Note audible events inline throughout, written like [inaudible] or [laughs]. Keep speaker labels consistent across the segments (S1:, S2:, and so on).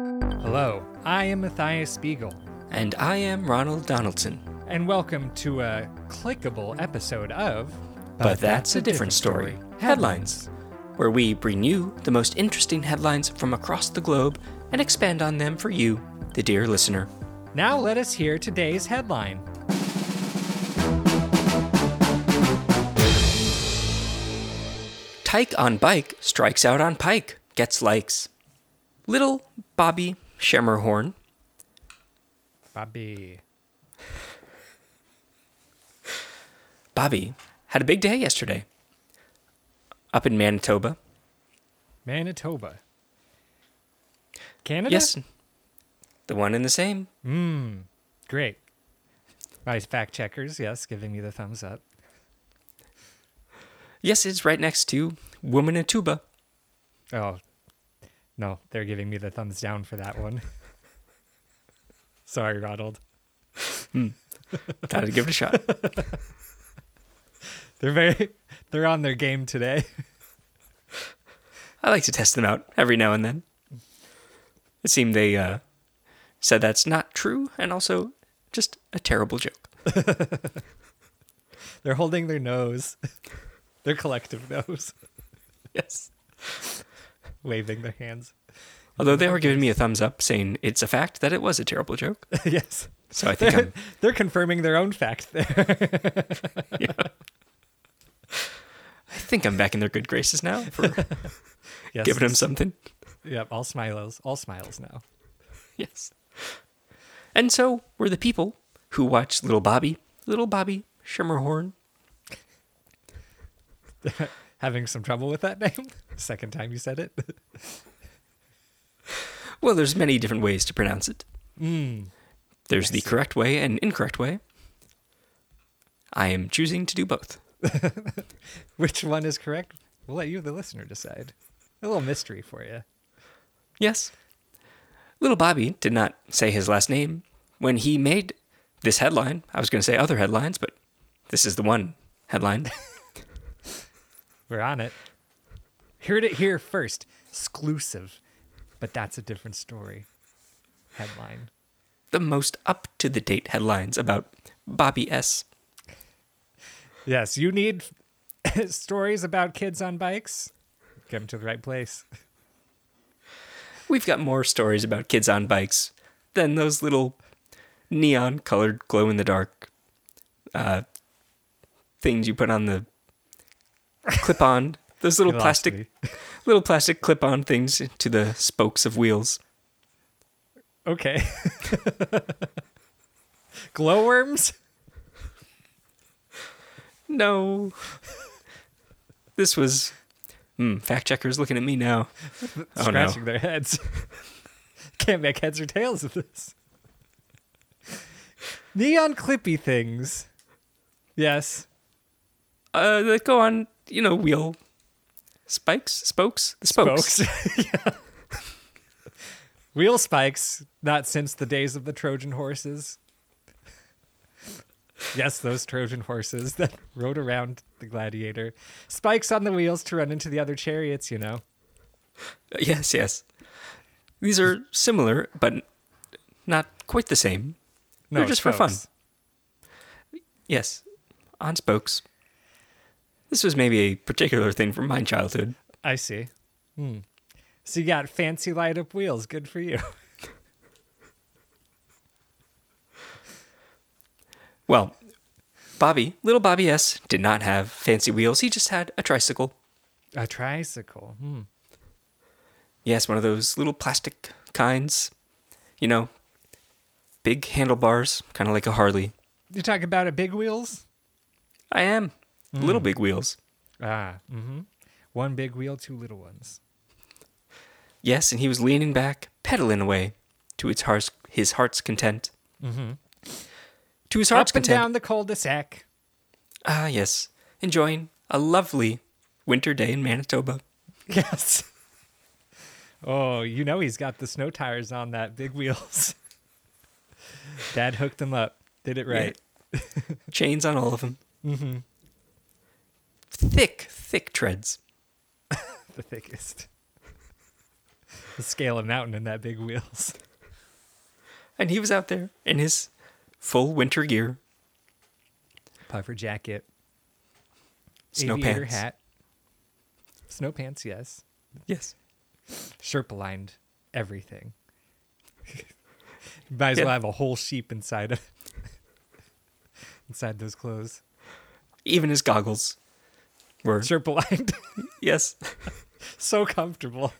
S1: Hello, I am Matthias Spiegel,
S2: And I am Ronald Donaldson.
S1: and welcome to a clickable episode of
S2: But that's a different story. Headlines, where we bring you the most interesting headlines from across the globe and expand on them for you, the dear listener.
S1: Now let us hear today's headline.
S2: Tyke on bike strikes out on pike, gets likes. Little Bobby Schemmerhorn
S1: Bobby.
S2: Bobby had a big day yesterday. Up in Manitoba.
S1: Manitoba. Canada?
S2: Yes. The one and the same.
S1: Great. My fact checkers, yes, giving me the thumbs up.
S2: Yes, it's right next to Woman in Tuba.
S1: Oh, no, they're giving me the thumbs down for that one. [laughs] Sorry, Ronald.
S2: Thought I'd give it a shot.
S1: They're very, they're on their game today.
S2: I like to test them out every now and then. It seemed they uh, said that's not true and also just a terrible joke.
S1: They're holding their nose, [laughs] their collective nose, [laughs]
S2: Yes.
S1: waving their hands. [laughs]
S2: Although they were giving me a thumbs up saying it's a fact that it was a terrible joke.
S1: yes.
S2: So I think [laughs]
S1: They're,
S2: I'm,
S1: [laughs] they're confirming their own fact there. [laughs]
S2: I think I'm back in their good graces now [laughs] for
S1: Yes.
S2: giving them something.
S1: Yep, all smiles, all smiles now.
S2: Yes. And so were the people who watched Little Bobby, Little Bobby Shimmerhorn.
S1: Having some trouble with that [laughs] name? Second time you said it. [laughs]
S2: Well, there's many different ways to pronounce it. There's the correct way and incorrect way. I am choosing to do both.
S1: Which one is correct? We'll let you, the listener, decide. A little mystery for you.
S2: Yes. Little Bobby did not say his last name when he made this headline. I was going to say other headlines, but this is the one headline.
S1: We're on it. Heard it here first. Exclusive. But that's a different story. Headline.
S2: the most up to the date headlines about Bobby S.
S1: Yes, you need [laughs] stories about kids on bikes. Come to the right place.
S2: We've got more stories about kids on bikes than those little neon colored glow in the dark uh, things you put on the
S1: [laughs]
S2: clip on, those little
S1: You lost me.
S2: plastic, [laughs] little plastic clip on things to the spokes of wheels.
S1: Okay. [laughs] Glowworms? [laughs]
S2: No. this was. Hmm, fact checkers looking at me now. Oh, no.
S1: Scratching their heads. [laughs] Can't make heads or tails of this. Neon clippy things. Yes.
S2: Uh, that go on, you know, wheel spikes, spokes, the spokes.
S1: Spokes. Yeah. Wheel spikes, not since the days of the Trojan horses. Yes, those Trojan horses that [laughs] rode around the gladiator. Spikes on the wheels to run into the other chariots, you know.
S2: [laughs] Yes, yes. These are similar, but not quite the same. They're just for fun.
S1: spokes.
S2: Yes, on spokes. This was maybe a particular thing from my childhood.
S1: I see. Hmm. So you got fancy light up wheels. Good for you. [laughs]
S2: Well, Bobby, little Bobby S, did not have fancy wheels. He just had a tricycle.
S1: A tricycle. Hmm.
S2: Yes, one of those little plastic kinds. You know, big handlebars, kind of like a Harley.
S1: You talking about a big wheels?
S2: I am. Little big wheels.
S1: Ah, mm-hmm. One big wheel, two little ones.
S2: Yes, and he was leaning back, pedaling away to its heart's, his heart's content. Mm-hmm. To his heart's
S1: Up and
S2: content.
S1: down the cul-de-sac.
S2: Ah, yes. Enjoying a lovely winter day in Manitoba.
S1: [laughs] Yes. Oh, you know he's got the snow tires on that big wheels. [laughs] Dad hooked them up. Did it right.
S2: [laughs] Chains on all of them. Mm-hmm. Thick, thick treads.
S1: The thickest. The scale of mountain in that big wheels.
S2: And he was out there in his full winter gear,
S1: Puffer jacket,
S2: snow
S1: aviator
S2: pants.
S1: hat, snow pants, yes,
S2: Yes.
S1: sherp lined everything. [laughs] Might as
S2: Yeah.
S1: well have a whole sheep inside of [laughs] inside those clothes.
S2: Even his goggles were
S1: Sherp lined,
S2: yes.
S1: [laughs] so comfortable.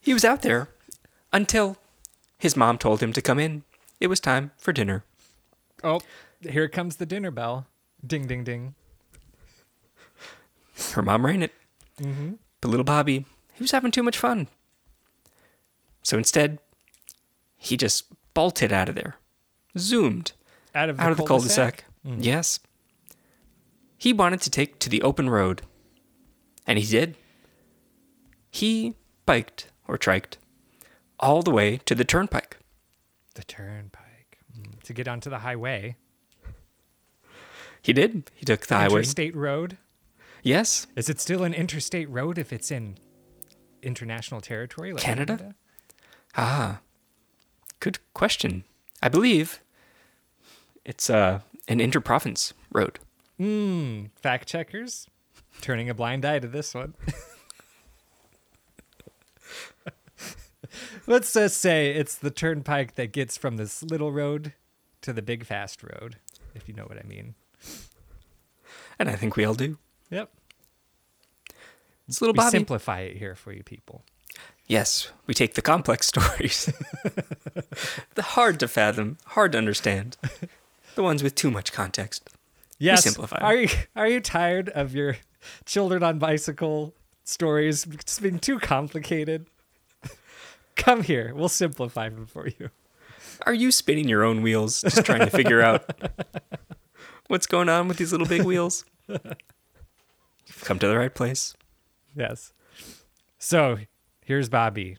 S2: He was out there until his mom told him to come in. It was time for dinner.
S1: Oh, here comes the dinner bell. Ding, ding, ding.
S2: Her mom ran it.
S1: Mm-hmm.
S2: But little Bobby, he was having too much fun. So instead, he just bolted out of there, zoomed
S1: Out of the
S2: out of the cul de sac.
S1: cul-de-sac. Mm.
S2: Yes. He wanted to take to the open road. And he did. He biked or triked all the way to the turnpike.
S1: The turnpike Mm, to get onto the highway.
S2: He did. He took the highway.
S1: Interstate road.
S2: Yes.
S1: Is it still an interstate road if it's in international territory like
S2: Canada? Ah, good question. I believe it's uh, an interprovince road.
S1: Mm, fact checkers turning a blind eye to this one. [laughs] Let's just say it's the turnpike that gets from this little road to the big fast road, if you know what I mean.
S2: And I think we all do.
S1: Yep.
S2: It's little
S1: We
S2: Bobby.
S1: simplify it here for you people.
S2: yes, we take the complex [laughs] stories. the hard to fathom, hard to understand. The ones with too much context.
S1: Yes.
S2: simplify.
S1: Are you are you tired of your children on bicycle stories just being too complicated? [laughs] Come here. We'll simplify them for you.
S2: Are you spinning your own wheels just trying to figure [laughs] out what's going on with these little big wheels? You've come to the right place.
S1: Yes. So here's Bobby.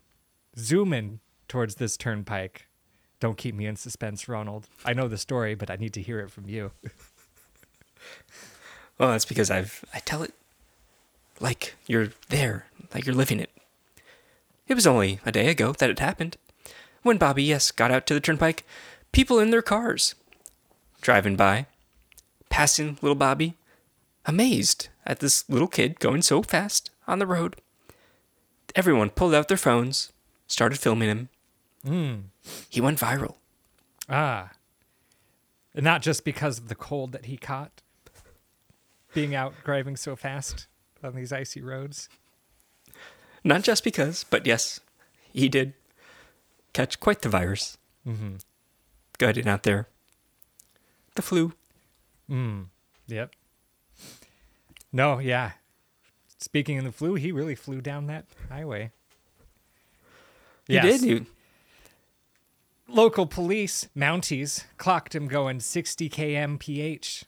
S1: Zooming towards this turnpike. Don't keep me in suspense, Ronald. I know the story, but I need to hear it from you. [laughs]
S2: Well, that's because I've I tell it like you're there, like you're living it. It was only a day ago that it happened. When Bobby, yes, got out to the turnpike, people in their cars driving by, passing little Bobby, amazed at this little kid going so fast on the road. Everyone pulled out their phones, started filming him. He went viral.
S1: Ah. And not just because of the cold that he caught being out driving so fast on these icy roads.
S2: Not just because, but yes, he did catch quite the virus. Mm-hmm. Got it out there. The flu.
S1: Yep. No, yeah. Speaking in the flu, he really flew down that highway.
S2: He
S1: Yes.
S2: did. He,
S1: Local police, Mounties, clocked him going 60 kmph.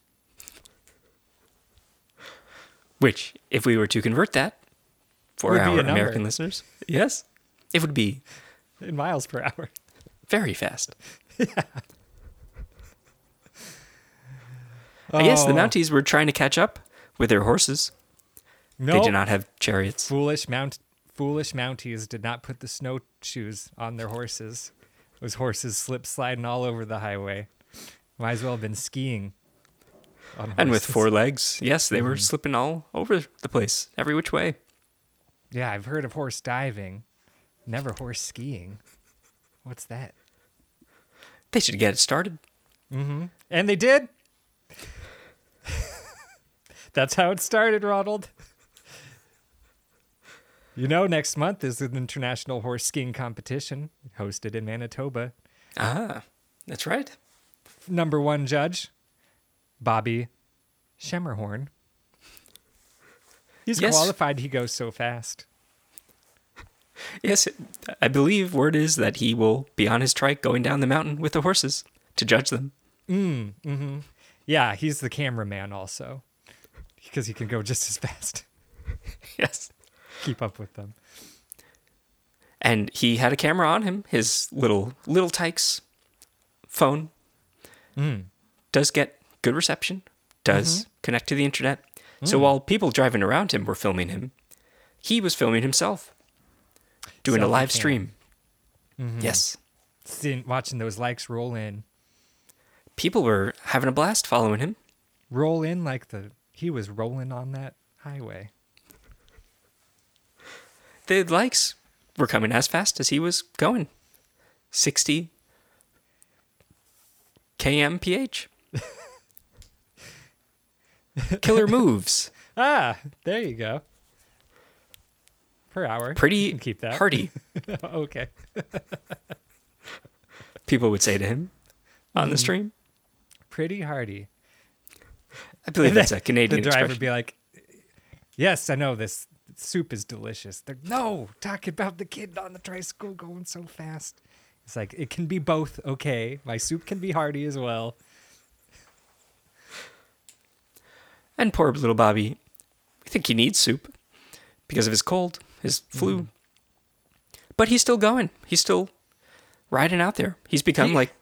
S2: which, if we were to convert that for
S1: Would be
S2: our
S1: a number.
S2: American listeners, yes, it would be
S1: in miles per hour.
S2: very fast. I guess the
S1: Oh,
S2: Mounties were trying to catch up with their horses. They
S1: nope.
S2: did not have chariots.
S1: Foolish Mount Foolish Mounties did not put the snowshoes on their horses. Those horses slip sliding all over the highway. Might as well have been skiing. on
S2: And
S1: horses.
S2: with
S1: Mm-hmm.
S2: four legs, yes, they were slipping all over the place, every which way.
S1: Yeah, I've heard of horse diving, never horse skiing. What's that?
S2: They should get it started.
S1: And they did. [laughs] That's how it started, Ronald. You know, next month is an international horse skiing competition hosted in Manitoba.
S2: Ah, that's right.
S1: Number one judge, Bobby Schemmerhorn. He's
S2: Yes.
S1: qualified. He goes so fast.
S2: Yes, I believe word is that he will be on his trike going down the mountain with the horses to judge them.
S1: Yeah, he's the cameraman also because he can go just as [laughs] fast,
S2: Yes.
S1: keep up with them.
S2: And he had a camera on him, his little little Tykes phone.
S1: Hmm. Mm-hmm.
S2: Does get good reception, does connect to the internet. So
S1: Hmm.
S2: while people driving around him were filming him, he was filming himself doing a
S1: Selfie
S2: live
S1: cam. Mm-hmm.
S2: stream. Yes.
S1: Seeing, watching those likes roll in,
S2: People were having a blast following him.
S1: roll in like the he was rolling on that highway.
S2: The likes were coming as fast as he was going 60
S1: [laughs]
S2: kmph. Killer moves.
S1: Ah, there you go. Per hour, You
S2: Pretty
S1: can keep that.
S2: hearty,
S1: [laughs] okay.
S2: people would say to him on
S1: Mm-hmm.
S2: the stream.
S1: Pretty hardy.
S2: I believe that's a
S1: [laughs]
S2: Canadian
S1: the driver
S2: expression.
S1: would be like, "Yes, I know this soup is delicious." They're no talking about the kid on the tricycle going so fast. It's like it can be both. Okay, my soup can be hearty as well.
S2: And poor little Bobby, I think he needs soup because of his cold, his
S1: Mm-hmm.
S2: flu. But he's still going. He's still riding out there. He's become
S1: He-
S2: like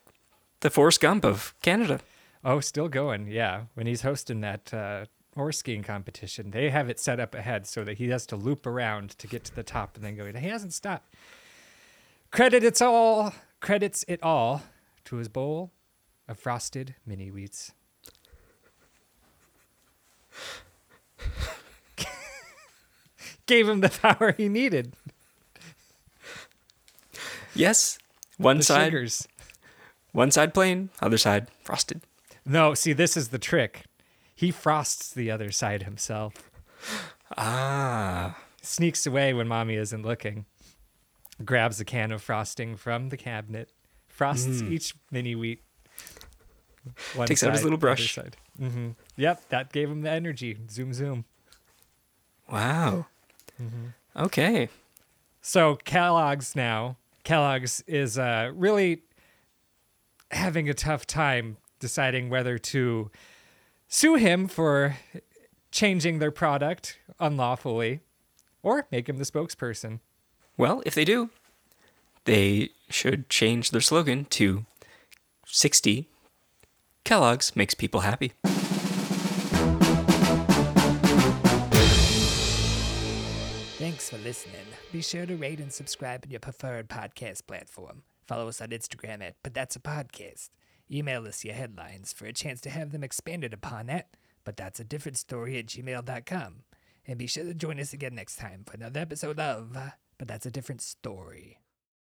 S2: the Forrest Gump of Canada.
S1: Oh, still going. Yeah, when he's hosting that uh, horse skiing competition, they have it set up ahead so that he has to loop around to get to the top and then go. He hasn't stopped. Credit it's all. Credits it all to his bowl of frosted mini wheats. [laughs] Gave him the power he needed.
S2: Yes, one
S1: The
S2: side,
S1: sugars.
S2: one side plain, other side frosted.
S1: No, see, this is the trick. He frosts the other side himself.
S2: Ah,
S1: sneaks away when mommy isn't looking, grabs a can of frosting from the cabinet, frosts each mini wheat. One
S2: Mm. Takes out his little
S1: other
S2: brush.
S1: side. Mhm. Yep, that gave him the energy. Zoom, zoom.
S2: wow. Mm-hmm. Okay,
S1: So Kellogg's now. Kellogg's is uh, really having a tough time deciding whether to sue him for changing their product unlawfully or make him the spokesperson.
S2: well, if they do, they should change their slogan to 60 Kellogg's makes people happy.
S3: Thanks for listening. Be sure to rate and subscribe on your preferred podcast platform. Follow us on Instagram at But That's a Podcast. Email us your headlines for a chance to have them expanded upon at But That's a Different Story at gmail.com. And be sure to join us again next time for another episode of But That's a Different Story.